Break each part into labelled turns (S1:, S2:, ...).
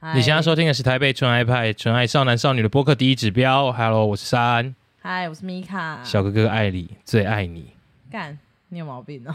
S1: 嗨
S2: 你现在收听的是台北纯爱派纯爱少男少女的播客第一指标。Hello，我是山
S1: 嗨，我是米卡。
S2: 小哥哥，爱你最爱你。
S1: 干，你有毛病哦！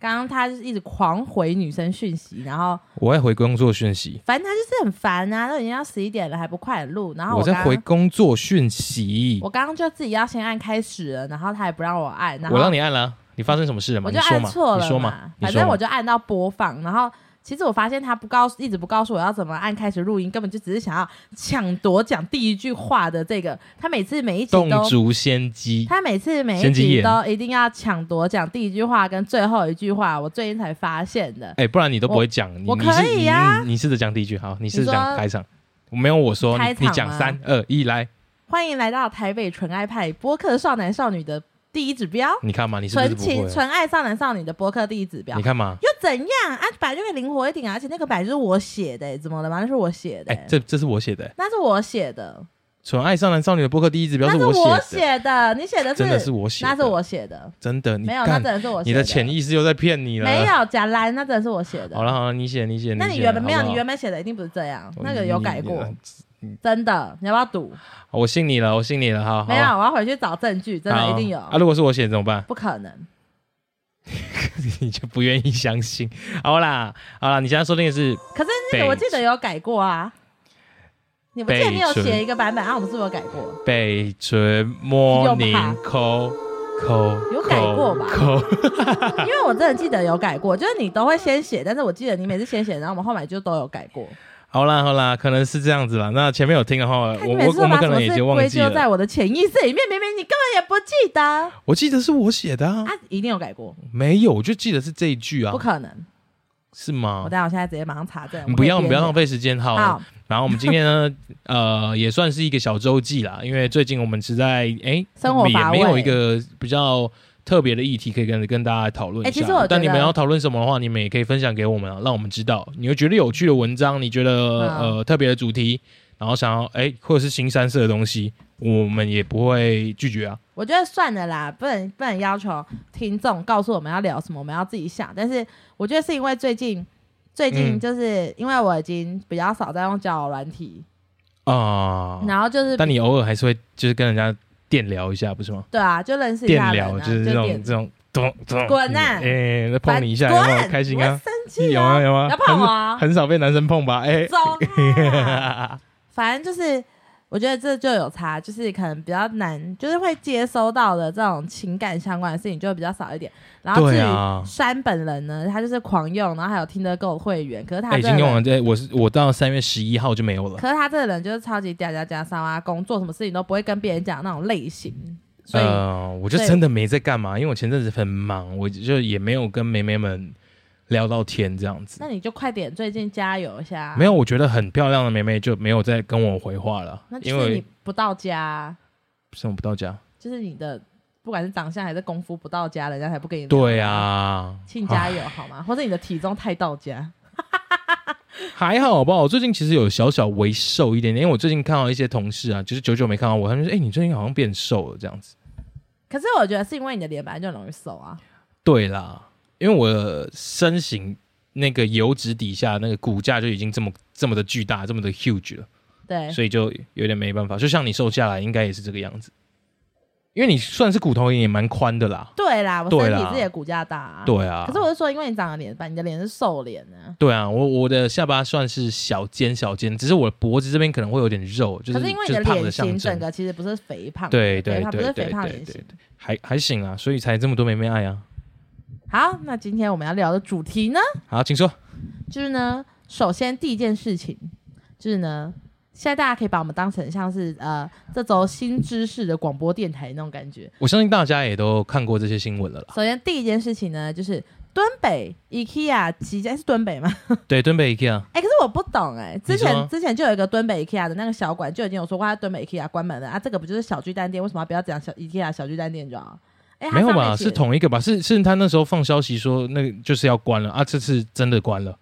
S1: 刚刚他就是一直狂回女生讯息，然后
S2: 我在回工作讯息，
S1: 反正他就是很烦啊，都已经要十一点了还不快点录，然后
S2: 我
S1: 啊刚
S2: 在回工作讯息，
S1: 我刚刚就自己要先按开始了，然后他也不让我按，然后
S2: 我让你按了，你发生什么事了吗？
S1: 我
S2: 你
S1: 就
S2: 说
S1: 按
S2: 嘛，
S1: 错
S2: 你
S1: 了
S2: 说嘛，你
S1: 反
S2: 说
S1: 正我
S2: 嘛。
S1: 就按到播放，然后其实我发现他不告诉，一直不告诉我要怎么按开始录音，根本就只是想要抢夺讲第一句话的这个。他每次每一集
S2: 动
S1: 都，
S2: 足先机，
S1: 他每次每一
S2: 先机
S1: 集
S2: 眼
S1: 都一定要抢夺讲第一句话跟最后一句话，我最近才发现的。
S2: 哎、不然你都不会讲。你
S1: 我
S2: 你
S1: 可
S2: 是
S1: 以啊
S2: 你你试着讲第一句，好，你试着
S1: 你
S2: 讲
S1: 说
S2: 开场。没有我说，
S1: 开场
S2: 你你讲
S1: 吗
S2: 三二一来，
S1: 欢迎来到台北纯爱派播客少男少女的第一指标，
S2: 你看嘛，你是不是
S1: 纯
S2: 不会
S1: 情？纯爱少男少女的播客第一指标
S2: 你。看嘛，
S1: 又怎样啊？本来就会灵活一点啊，而且那个本来就是我写的、怎么了吗？那是我写的、
S2: 哎、这这是我写的、
S1: 那是我写的，
S2: 纯爱少男少女的播客第一指标
S1: 那
S2: 是
S1: 是
S2: 写
S1: 我
S2: 的，
S1: 写的，你写的
S2: 真的是我写的，
S1: 那是我写的，
S2: 真的，你
S1: 没有，那
S2: 干
S1: 真，的是我写
S2: 你的潜意识又在骗你了。
S1: 没，有假蓝，那真的是我写的。
S2: 好了，好了，你写你写，
S1: 那你
S2: 写
S1: 原本没有，
S2: 好不好
S1: 你原本写的一定不是这样，
S2: 我
S1: 那个有改过，
S2: 你
S1: 真的，你要不要赌？
S2: 好我信你了，我信你了，好，
S1: 没有，
S2: 好
S1: 我要回去找证据，真的
S2: 好
S1: 一定有，
S2: 啊！如果是我写怎么办？
S1: 不可能。
S2: 你就不愿意相信。好啦，好啦，你现在收听的是
S1: 可是那个
S2: 北
S1: 我记得有改过啊，你不记得你有写一个版本啊？我们是不是有改过？
S2: 北纯摸宁抠抠，
S1: 有改过吧
S2: 抠抠
S1: 因为我真的记得有改过，就是你都会先写，但是我记得你每次先写，然后我们后来就都有改过。
S2: 好啦，好啦，可能是这样子啦。那前面有听的话，
S1: 看你
S2: 我
S1: 每
S2: 我
S1: 次
S2: 我
S1: 都
S2: 们
S1: 把
S2: 可
S1: 什么
S2: 能已
S1: 事
S2: 经忘
S1: 归
S2: 记
S1: 咎在
S2: 了。
S1: 我的潜意识里面，明明你根本也不记得，
S2: 我记得是我写的啊，
S1: 啊，一定有改过，
S2: 没有，我就记得是这一句啊
S1: 不，可能。
S2: 是吗
S1: 我？待会儿现在直接马上查证。我
S2: 你
S1: 们
S2: 不要，
S1: 可以
S2: 你不要
S1: 边
S2: 浪费时间，
S1: 聊
S2: 好。
S1: 好，
S2: 然后我们今天呢， 呃，也算是一个小周记啦，因为最近我们实在哎，
S1: 生活
S2: 也
S1: 乏
S2: 没有
S1: 味
S2: 一个比较特别的议题可以跟跟大家讨论一下。
S1: 哎其实我觉得
S2: 但你们要讨论什么的话，你们也可以分享给我们啊，让我们知道你会觉得有趣的文章，你觉得、
S1: 嗯
S2: 呃特别的主题，然后想要哎或者是新三色的东西，我们也不会拒绝啊。
S1: 我觉得算了啦，不能不能要求听众告诉我们要聊什么，我们要自己想。但是我觉得是因为最近最近
S2: 嗯
S1: 就是因为我已经比较少在用交友软体，
S2: 啊、
S1: 然后嗯就是
S2: 但你偶尔还是会就是跟人家电聊一下，不是吗？
S1: 对啊，就认识一
S2: 电
S1: 下人、
S2: 聊
S1: 啊，
S2: 就是这
S1: 电
S2: 种这种咚咚，
S1: 滚啊
S2: 哎，那碰你一下，
S1: 滚
S2: 然后开心啊
S1: 我。生气
S2: 有
S1: 啊，
S2: 啊有啊
S1: 要碰我啊，
S2: 很少被男生碰吧？ 哎、
S1: 走啊反正就是我觉得这就有差，就是可能比较难，就是会接收到的这种情感相关的事情就会比较少一点。然后至
S2: 对啊
S1: 于山本人呢，他就是狂用，然后还有听得够会员，可是他
S2: 哎已
S1: 这个
S2: 经
S1: 人
S2: 用完这，我是我到三月十一号就没有了。
S1: 可是他这个人就是超级嗲嗲嗲骚啊，工作什么事情都不会跟别人讲那种类型，所以、
S2: 呃，我就
S1: 所以
S2: 真的没在干嘛，因为我前阵子很忙，我就也没有跟妹妹们聊到天这样子
S1: 那。你就快点最近加油一下。
S2: 没有，我觉得很漂亮的妹妹就没有再跟我回话了
S1: 那，就
S2: 因
S1: 是
S2: 为
S1: 你不到家，
S2: 什么不到家。
S1: 就是你的不管是长相还是功夫不到家，人家才不跟你聊
S2: 对，啊，
S1: 请加油好吗？或者你的体重太到家，
S2: 还好吧，我最近其实有小小微瘦一点点，因为我最近看到一些同事啊，就是久久没看到我，他们就说：“哎、你最近好像变瘦了这样子。”
S1: 可是我觉得是因为你的脸本来就容易瘦啊。
S2: 对啦，因为我的身形那个油脂底下那个骨架就已经这么这么的巨大，这么的 huge 了，
S1: 对，
S2: 所以就有点没办法。就像你瘦下来，应该也是这个样子，因为你算是骨头也蛮宽的啦。
S1: 对啦，我
S2: 对
S1: 身
S2: 啦
S1: 体自己的骨架大、啊。、
S2: 对啊，
S1: 可是我是说，因为你长的脸吧，你的脸是瘦脸呢、
S2: 对啊，我我的下巴算是小尖小尖，只是我的脖子这边可能会有点肉，就是
S1: 可是因为你
S2: 就
S1: 的
S2: 是胖
S1: 脸
S2: 的象
S1: 型整
S2: 征。
S1: 个其实不是肥胖，
S2: 对
S1: 肥
S2: 对
S1: 胖不
S2: 对
S1: 是
S2: 对
S1: 肥胖脸
S2: 对
S1: 型
S2: 对。，还还行啊，所以才这么多妹妹爱啊。
S1: 好，那今天我们要聊的主题呢，
S2: 好，请说。
S1: 就是呢，首先第一件事情就是呢，现在大家可以把我们当成像是呃这周新知识的广播电台那种感觉。
S2: 我相信大家也都看过这些新闻了啦。
S1: 首先第一件事情呢，就是敦北 IKEA 即将是敦北吗？
S2: 对，敦北 IKEA，
S1: 哎、可是我不懂哎、之
S2: 你说
S1: 前之前就有一个敦北 IKEA 的那个小馆就已经有说过，它敦北 IKEA 关门了啊，这个不就是小巨蛋店？为什么要不要讲小 IKEA 小巨蛋店就好？哎、它
S2: 没有
S1: 上面
S2: 吧？
S1: 写
S2: 是同一个吧？是是他那时候放消息说那个就是要关了啊，这次真的关了。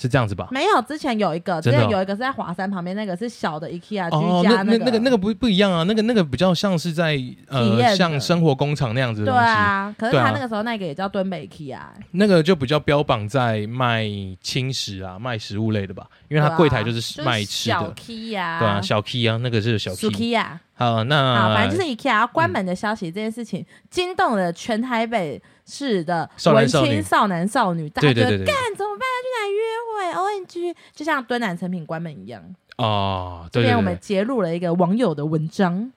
S2: 是这样子吧？
S1: 没有，之前有一个，之
S2: 真的哦
S1: 前有一个是在华山旁边，那个是小的 IKEA
S2: 哦，
S1: 嗯啊居家个
S2: 那那那个那个不不一样啊，那个那个比较像是在
S1: 体验
S2: 呃
S1: 的
S2: 像生活工厂那样子的
S1: 对
S2: 东西，
S1: 啊，可是
S2: 对啊
S1: 他那个时候那个也叫敦北 IKEA，
S2: 那个就比较标榜在卖轻食啊、卖食物类的吧，因为它
S1: 对啊
S2: 柜台就
S1: 就是
S2: 卖吃
S1: 小
S2: 的，
S1: IKEA，
S2: 对啊，小 key 啊，那个是小 key。嗯
S1: IKEA，
S2: 好，
S1: 啊好，
S2: 那
S1: 反正就是 IKEA 要关门的消息这件事情，惊动了全台北市的
S2: 少男
S1: 文
S2: 少女
S1: 青少男少女，大家
S2: 对
S1: 觉
S2: 对
S1: 得
S2: 对对对
S1: 干怎么办？要去哪约会？ONG，就像敦南成品关门一样。
S2: 哦，
S1: 这
S2: 对对
S1: 边我
S2: 对
S1: 们
S2: 对，
S1: 揭露了一个网友的文章，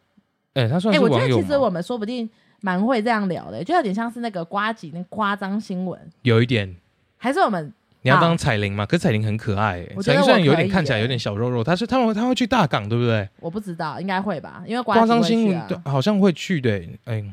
S2: 哎，他算
S1: 哎、
S2: 是
S1: 我觉
S2: 网
S1: 得
S2: 友
S1: 其实
S2: 吗
S1: 我们说不定蛮会这样聊的、就有点像是那个瓜几那夸张新闻，
S2: 有一点。
S1: 还是我们
S2: 你要
S1: 好
S2: 当彩铃吗？可是彩铃很可爱、欸，
S1: 啊我觉得
S2: 彩铃
S1: 我
S2: 虽然有
S1: 可
S2: 点
S1: 以
S2: 看起来
S1: 欸
S2: 有点小肉肉，他是他们他会去大港，对不对？
S1: 我不知道，应该会吧，因为瓜
S2: 夸
S1: 子
S2: 张
S1: 会
S2: 新
S1: 去
S2: 闻
S1: 啊
S2: 对。好像会去的、欸，哎，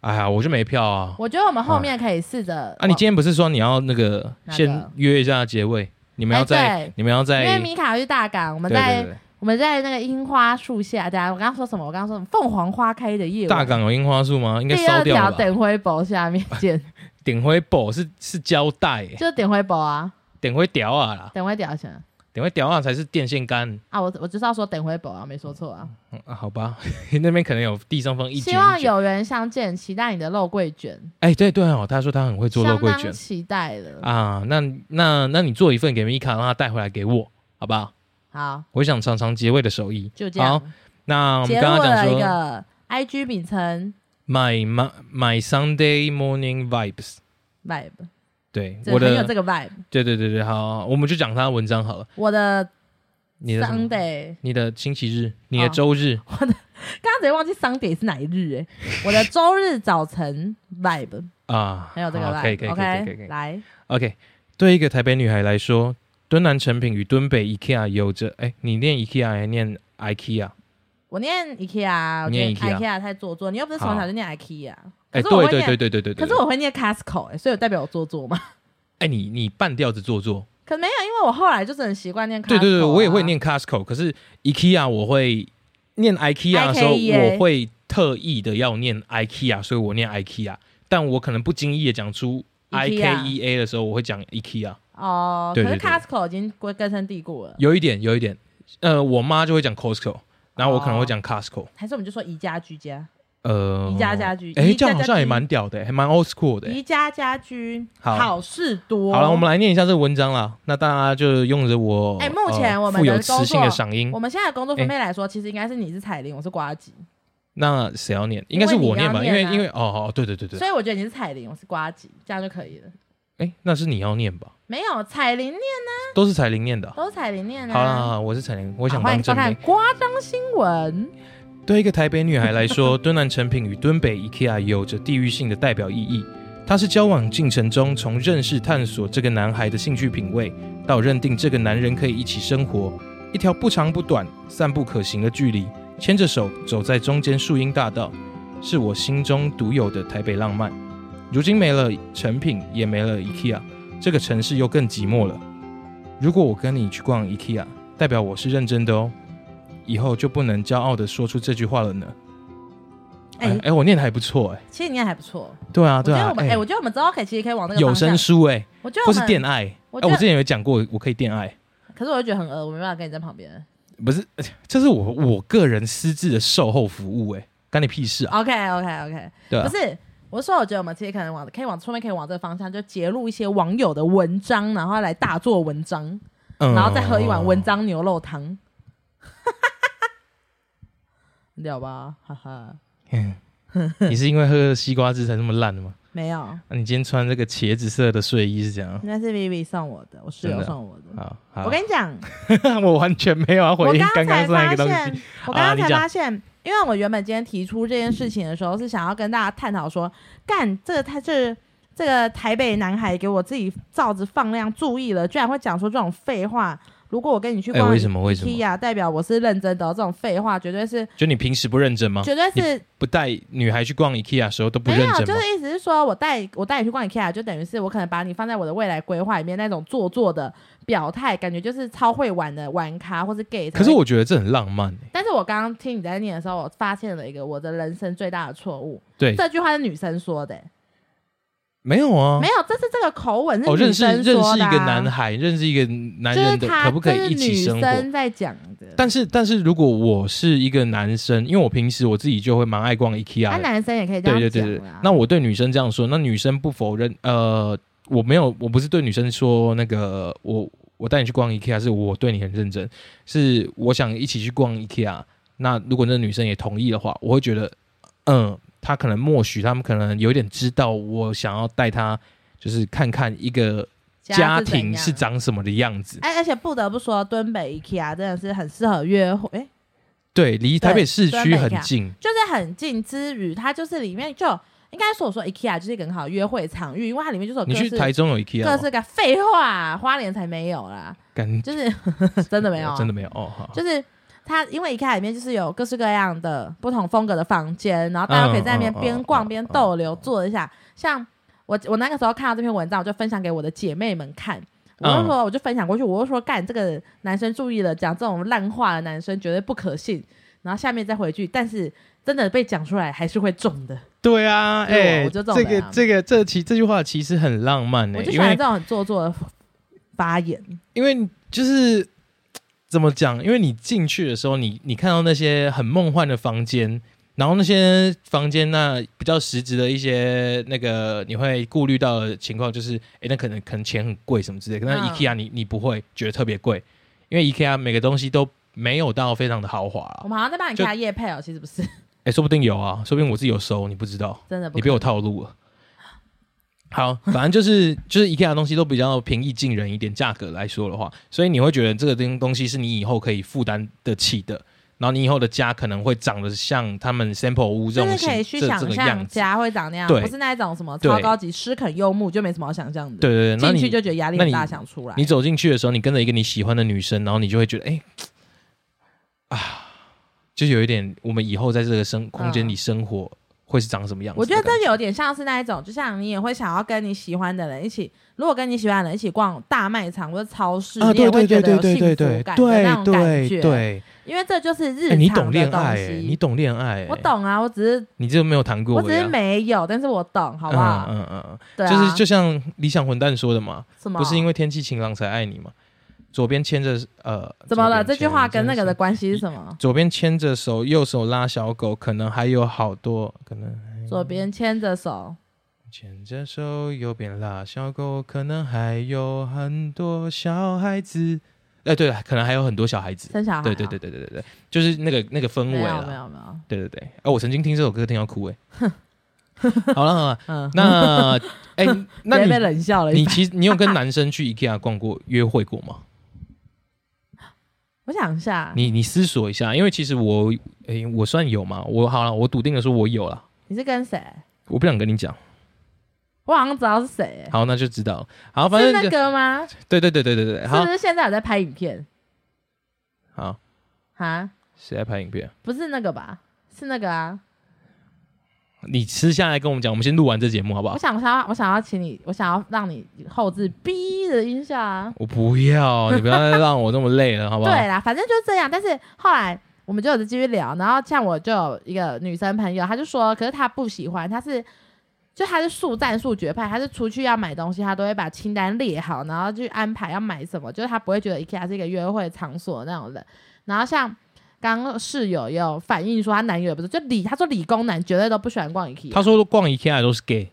S2: 哎呀，我就没 票啊。
S1: 我觉得我们后面可以试着
S2: 啊，你今天不是说你要那个
S1: 哪
S2: 先
S1: 个
S2: 约一下结尾？你们
S1: 哎
S2: 要在
S1: 对
S2: 你们要
S1: 因为
S2: 在
S1: 米卡要去大港，我们
S2: 对
S1: 在
S2: 对
S1: 我们在那个樱花树下，对啊，我刚刚说什么？我刚刚说什么凤凰花开的夜
S2: 对，
S1: 晚，
S2: 大港有樱花树吗？应该
S1: 第
S2: 烧
S1: 二
S2: 掉
S1: 条
S2: 了吧？
S1: 点灰博下面见，
S2: 点灰布是是胶带、欸，
S1: 就是点灰博啊，
S2: 点灰屌啊啦，
S1: 点灰屌钱
S2: 点灰屌啊才是电线杆。
S1: 啊，我我就是要说点灰博啊，没说错啊。
S2: 嗯啊、好吧， 那边可能有地上放一卷
S1: 希望
S2: 一卷。
S1: 有缘相见，期待你的肉桂卷，
S2: 哎、对对哦，他说他很会做肉
S1: 相
S2: 桂
S1: 当
S2: 卷。
S1: 期待了。
S2: 啊，那那那你做一份给米卡，让他带回来给我，好不好？
S1: 好，
S2: 我想尝尝结尾的手艺。
S1: 就这
S2: 好
S1: 样，。
S2: 那我
S1: 结
S2: 们
S1: 束
S2: 刚刚讲
S1: 了一
S2: 说
S1: 个 IG 名称
S2: ，my my my Sunday morning vibes，
S1: vibe，
S2: 对
S1: 这
S2: 我
S1: 很有
S2: 的
S1: 这，个 vibe。
S2: 对对对对，好，我们就讲他的文章好了。
S1: 我的
S2: 你的什么
S1: Sunday，
S2: 你的星期日，你的
S1: 哦
S2: 周日，
S1: 刚刚直接忘记 Sunday 是哪一日哎、欸我的周日早晨 vibe
S2: 啊，
S1: 很有这个
S2: 好
S1: vibe，
S2: 可以可以可以
S1: OK，
S2: 可以可以。
S1: 来，
S2: OK，对一个台北女孩来说，敦南成品与敦北 IKEA 有着，哎，你念 IKEA 还念 IKEA？
S1: 我念 IKEA，我觉
S2: 念
S1: 得
S2: IKEA
S1: IKEA 太做作，你又不是从
S2: 好
S1: 小就念 IKEA，
S2: 哎，
S1: 可是我会
S2: 对对
S1: 念
S2: 对对对对对。
S1: 可是我会念 Costco 哎、所以有代表我做作吗？
S2: 哎，你你半吊子做作。
S1: 可没有，因为我后来就是很习惯念 Costco，、啊
S2: 对对对，我也会
S1: 念。
S2: 念 Costco，可是 IKEA 我会念 IKEA 的时候，
S1: IKEA
S2: 我会特意的要念 IKEA，所以啊我念 IKEA，但我可能不经意的讲出
S1: IKEA
S2: IKEA 的时候，我会讲 IKEA，
S1: 哦，
S2: 对
S1: 可是
S2: 对对
S1: Costco 已经归根深蒂固了，
S2: 有一点有一点，呃，我妈就会讲 Costco，然后我可能会讲 Costco，、
S1: 还是我们就说宜家居家、
S2: 呃，
S1: 宜家家居，
S2: 哎，
S1: 宜
S2: 这
S1: 家
S2: 样好像也
S1: 家居
S2: 蛮屌的，还蛮 old school 的。
S1: 宜家家居
S2: 好
S1: 事多。
S2: 好了，我们来念一下这个文章啦。那大家就用着我
S1: 哎目前
S2: 呃
S1: 我们
S2: 富
S1: 的
S2: 有
S1: 工
S2: 磁
S1: 作
S2: 性的嗓音
S1: 我，们现在的工作
S2: 哎
S1: 分配来说，其实应该是你是彩铃，我是瓜吉，
S2: 那谁要念？应该是
S1: 因为你
S2: 我念
S1: 要
S2: 吧，因为
S1: 念啊
S2: 因为哦哦，对对对对
S1: 所，以我觉得你是彩铃，我是瓜吉，这样就可以了。
S2: 哎，那是你要念吧？
S1: 没有彩铃念
S2: 都是彩铃念的啊。
S1: 都是彩铃念啊。
S2: 好啦，好啦我是彩铃，我
S1: 我
S2: 想
S1: 欢
S2: 当
S1: 迎收
S2: 正
S1: 看
S2: 妹
S1: 《夸张新闻》。
S2: 对一个台北女孩来说， 敦南成品与敦北 IKEA 有着地域性的代表意义。它是交往进程中从认识探索这个男孩的兴趣品味，到认定这个男人可以一起生活，一条不长不短、散步可行的距离，牵着手走在中间树荫大道，是我心中独有的台北浪漫。如今没了成品，也没了 IKEA，这个城市又更寂寞了。如果我跟你去逛 IKEA，代表我是认真的哦。以后就不能骄傲的说出这句话了呢？哎
S1: 哎
S2: 哎、，我念的还不错哎、
S1: 其实你念还不错，
S2: 对啊
S1: 我
S2: 对
S1: 觉得
S2: 啊
S1: 我，们
S2: 哎、
S1: 哎，我觉得我们之后可以其实可以往那个
S2: 有
S1: 方向
S2: 声。书哎、
S1: 我觉得
S2: 或
S1: 我
S2: 是恋
S1: 们，
S2: 爱哎、
S1: 我觉
S2: 我
S1: 得
S2: 之前有讲过，我可以恋爱，
S1: 可是我就觉得很饿，我没办法跟你在旁边。
S2: 不是， 这是我我个人私自的售后服务哎、干你屁事啊？
S1: OK OK OK，
S2: 对啊
S1: 不，是，我是说，我觉得我们其实可能往可以往后面可以往这个方向，就揭露一些网友的文章，然后来大做文章，
S2: 嗯
S1: 然后再喝一碗文章牛肉汤， 你屌吧，哈哈，
S2: 嗯 你是因为喝西瓜汁才那么烂的吗？
S1: 没有，
S2: 那、你今天穿这个茄子色的睡衣是怎样？
S1: 那是 Vivi 送我的，我室
S2: 真
S1: 友
S2: 的
S1: 送我的。
S2: 啊，好
S1: 嗯我跟你讲，
S2: 我完全没有要
S1: 我
S2: 回应
S1: 刚
S2: 刚
S1: 才
S2: 刚上一
S1: 发
S2: 个东
S1: 现
S2: 西。，
S1: 我刚
S2: 啊
S1: 刚
S2: 你
S1: 才
S2: 讲
S1: 发现，因为我原本今天提出这件事情的时候，是想要跟大家探讨说，干这个他这这个台北男孩给我自己罩子放量，注意了，居然会讲出这种废话。如果我跟你去
S2: 哎、
S1: 逛
S2: 为什么？为什么？
S1: IKEA，代表我是认真的哦，这种废话绝对是，
S2: 就你平时不认真吗？
S1: 绝对是
S2: 不带女孩去逛 IKEA 的时候啊都不
S1: 没
S2: 认
S1: 有，
S2: 真
S1: 就
S2: 吗？
S1: 是意思是说我带我带你去逛 IKEA，就等于是我可能把你放在我的未来规划里面那种做作的表态，感觉就是超会玩的玩咖或是 gay 才会。
S2: 可是我觉得这很浪漫、欸，
S1: 但是我刚刚听你在念的时候，我发现了一个我的人生最大的错误。
S2: 对，
S1: 这句话是女生说的、欸
S2: 没有啊，
S1: 没有，这是这个口吻是
S2: 哦，认
S1: 女
S2: 识
S1: 生
S2: 认识
S1: 说的啊、
S2: 一个男孩，认识一个男
S1: 就是
S2: 人的，
S1: 他
S2: 可不可
S1: 这是
S2: 以一起生
S1: 女
S2: 活？
S1: 生在讲的，
S2: 但是，但是如果我是一个男生，因为我平时我自己就会蛮爱逛
S1: 那
S2: IKEA 的，
S1: 啊男生也可以这
S2: 对
S1: 样
S2: 哎对对
S1: 讲
S2: 对。
S1: 啦
S2: 那我对女生这样说，那女生不否认，呃，我没有，我不是对女生说那个，我我带你去逛 IKEA，是我对你很认真，是我想一起去逛 IKEA。那如果那女生也同意的话，我会觉得，嗯，她可能默许，他们可能有点知道我想要带她，就是看看一个家
S1: 是怎
S2: 庭是
S1: 样
S2: 长什么的样子。
S1: 哎，而且不得不说，敦北 IKEA 真的是很适合约会，哎
S2: 对，离台北市区很近。
S1: 就是很近之余，它就是里面就有应该说我说 IKEA 就是一个很好的约会场域，因为它里哦面就是有
S2: 你
S1: 各
S2: 去
S1: 式
S2: 台啊中有 IKEA 哦
S1: 各
S2: 吗？
S1: 式个废话，花莲才没有啦，
S2: 感
S1: 就是 真的没有啊，
S2: 真的没有哦，好，
S1: 就是它，因为 IKEA 里面就是有各式各样的不同风格的房间，然后大家可以在那边
S2: 嗯嗯
S1: 边
S2: 嗯
S1: 逛
S2: 嗯
S1: 边逗留，坐一下。像我我那个时候看到这篇文章，我就分享给我的姐妹们看。我
S2: 嗯
S1: 就说，我就分享过去，我就说，干这个男生注意了，讲这种烂话的男生绝对不可信。然后下面再回去，但是真的被讲出来还是会中的。
S2: 对啊，
S1: 对
S2: 哎、
S1: 我就这种
S2: 这个
S1: 人啊
S2: 这个这其这句话其实很浪漫呢、
S1: 我就喜
S2: 嗯因
S1: 欢
S2: 为
S1: 这种很做作的发言。
S2: 因为就是怎么讲？因为你进去的时候，你你看到那些很梦幻的房间，然后那些房间那比较实质的一些那个你会顾虑到的情况，就是哎、那可能可能钱很贵什么之类的。那
S1: 嗯
S2: IKEA 你你不会觉得特别贵，因为 IKEA 每个东西都没有到非常的豪华、啊
S1: 我。们好像在帮你
S2: 就
S1: 开夜配哦，其实不是，
S2: 哎、说不定有啊，说不定我自己有收，你不知道。
S1: 真的不
S2: 你
S1: 可
S2: 被
S1: 能。
S2: 我套路了。好，反正就是就是 IKEA 的东西都比较平易近人一点，价格来说的话，所以你会觉得这个东东西是你以后可以负担得起的，然后你以后的家可能会长得像他们 sample 屋这
S1: 就
S2: 种
S1: 是可以去
S2: 形这
S1: 想
S2: 这个样
S1: 象
S2: 子。
S1: 家会长那样，
S2: 对
S1: 不是那一种什么
S2: 对
S1: 超高级诗肯柚木，就没什么好想象的。
S2: 对对对，那
S1: 进去
S2: 你
S1: 就觉得压力
S2: 那
S1: 很
S2: 你
S1: 大，想出来。
S2: 你走进去的时候，你跟着一个你喜欢的女生，然后你就会觉得，哎、啊，就有一点我们以后在这个生空间里生活会是长什么样子
S1: 嗯我
S2: 的
S1: 觉
S2: 感。
S1: 得这有点像是那一种，就像你也会想要跟你喜欢的人一起，如果跟你喜欢的人一起逛大卖场或者超市，
S2: 啊，
S1: 你也
S2: 对
S1: 会觉
S2: 对对
S1: 得
S2: 对
S1: 有
S2: 对
S1: 幸
S2: 对
S1: 福
S2: 对
S1: 感的那
S2: 对
S1: 种感
S2: 对
S1: 觉。，
S2: 对。
S1: 因为这就是日
S2: 哎，你
S1: 常
S2: 懂
S1: 的
S2: 恋
S1: 东
S2: 爱、欸，你
S1: 西。
S2: 懂恋爱、欸，
S1: 我，懂啊，我只是
S2: 你这个没有谈过、
S1: 我
S2: 欸，
S1: 只是，没有，但是我懂，好不好？
S2: 嗯嗯嗯
S1: 对
S2: 嗯，
S1: 啊，
S2: 就是就像理想混蛋说的嘛，
S1: 什么
S2: 不是因为天气晴朗才爱你嘛，左边牵着呃，
S1: 怎么了？
S2: 左边牵着
S1: 这句话跟那个的
S2: 手。
S1: 关系是什么？
S2: 左边牵着手，右手拉小狗，可能还有好多可能
S1: 左边牵着手，
S2: 牵着手，右边拉小狗，可能还有很多小孩子。哎、对了，可能还有很多小孩子。
S1: 生小孩啊。
S2: 对对对对对对对，就是那个那个氛
S1: 没
S2: 围
S1: 有没
S2: 啦。
S1: 有没嗯有，
S2: 对对对，哦，我曾经听这首歌听到哭哎、 好了好了，
S1: 嗯，
S2: 那哎、那
S1: 直接被
S2: 你
S1: 冷笑了一
S2: 你
S1: 番。
S2: 其实你有跟男生去 IKEA 逛过约会过 吗？
S1: 我想一下，你
S2: 你你思索一下，因为其实我哎、我算有嘛，我好了，我笃定的说我有了，
S1: 是跟谁？
S2: 我不想跟你讲，
S1: 我好像知道是谁、
S2: 好，那就知道了。好，哦反
S1: 哎是
S2: 正
S1: 那
S2: 就
S1: 个吗？
S2: 对对对对对对，
S1: 是
S2: 好
S1: 不是现在有在拍影片
S2: 好，
S1: 啊？
S2: 谁在拍影片？
S1: 不是那个吧？是那个啊！
S2: 你私下来跟我们讲，我们先录完这节目好不
S1: 我
S2: 好？
S1: 想，我想要，我想要请你，我想要让你后置逼的音效啊！
S2: 我不要，你不要再让我那么累了，好不 好？
S1: 对啦，反正就是这样。但是后来我们就有继续聊，然后像我就有一个女生朋友，她就说，可是她不喜欢，她是就她是速战速决派，她是出去要买东西，她都会把清单列好，然后去安排要买什么，就是她不会觉得 IKEA 是一个约会场所那种人。然后像刚刚室友也有反映说，她男友也不是，就理她说理工男绝对都不喜欢逛 IKEA，
S2: 他说逛 IKEA 都是 gay，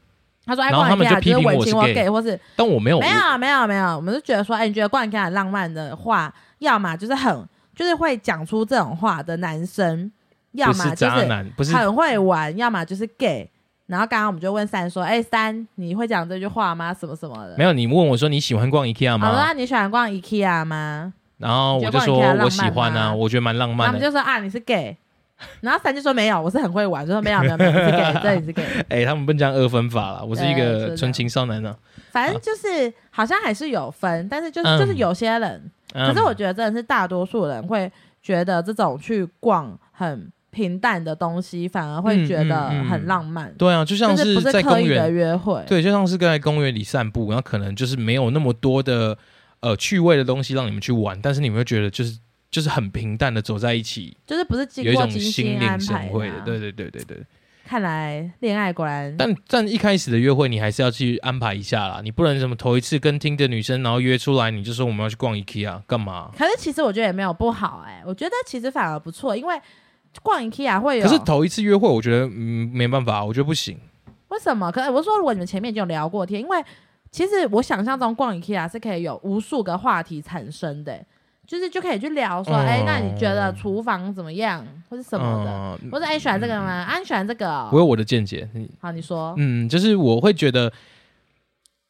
S1: 她说爱哎
S2: 然后
S1: 逛
S2: 他们
S1: IKEA
S2: 就批
S1: 是
S2: 评
S1: 文
S2: 我是
S1: 青或
S2: gay
S1: gay 或是
S2: 但我没有，
S1: 没有啊没有啊没有啊，我们是觉得说，哎、你觉得逛 IKEA 很浪漫的话，要么就是很就是会讲出这种话的男生，要
S2: 不
S1: 么
S2: 是
S1: 就
S2: 渣
S1: 是
S2: 男，不是
S1: 很会玩，要么就是 gay。然后刚刚我们就问三说，哎、三你会讲这句话吗？什么什么的。
S2: 没有。啊你问我说你喜欢逛 IKEA
S1: 好了，
S2: 吗？
S1: 那你喜欢逛 IKEA 吗？
S2: 然后我就说
S1: 你觉得逛 IKEA 浪漫
S2: 我喜欢啊，
S1: 吗
S2: 我觉得蛮
S1: 然
S2: 浪
S1: 后
S2: 漫
S1: 我们
S2: 的。
S1: 就说啊，你是 gay。然后三就说没有，我是很会玩，就说没有没有没有，你是 gay，对你是 gay。
S2: 哎、他们不能这样二分法啦，我是一
S1: 对是
S2: 个
S1: 的
S2: 纯情少男呢、啊
S1: 反正就是好像还是有分，但是就是、
S2: 嗯
S1: 就是有些人
S2: 啊。
S1: 可是我
S2: 嗯
S1: 觉得真的是大多数人会觉得这种去逛很平淡的东西，反而会觉得
S2: 嗯嗯嗯
S1: 很浪漫，
S2: 对啊，就像
S1: 就是不
S2: 在
S1: 是刻
S2: 公
S1: 意的
S2: 园，
S1: 约会。
S2: 对，就像是在公园里散步，然后可能就是没有那么多的呃趣味的东西让你们去玩，但是你们会觉得就是就是很平淡的走在一起，
S1: 就是不是经
S2: 有一
S1: 过
S2: 种
S1: 精
S2: 心
S1: 心安
S2: 领
S1: 排
S2: 神
S1: 的
S2: 会的
S1: 啊。。
S2: 对对对对对，
S1: 看来恋爱果然
S2: 但但一开始的约会，你还是要去安排一下啦。你不能什么头一次跟听的女生，然后约出来，你就说我们要去逛 IKEA 干嘛？
S1: 可是其实我觉得也没有不好哎、我觉得其实反而不错，因为逛 IKEA 会有。
S2: 可是头一次约会，我觉得嗯没办法，我觉得不行。
S1: 为什么？可哎是我说，如果你们前面已经有聊过天，因为其实我想象中逛 IKEA 是可以有无数个话题产生的欸、就是就可以去聊说，
S2: 嗯
S1: 哎、那你觉得厨房怎么样，或是什么的，
S2: 嗯
S1: 或者哎、喜欢这个吗？啊，你喜欢这个哦、
S2: 我有我的见解，你
S1: 好，你说，
S2: 嗯，就是我会觉得，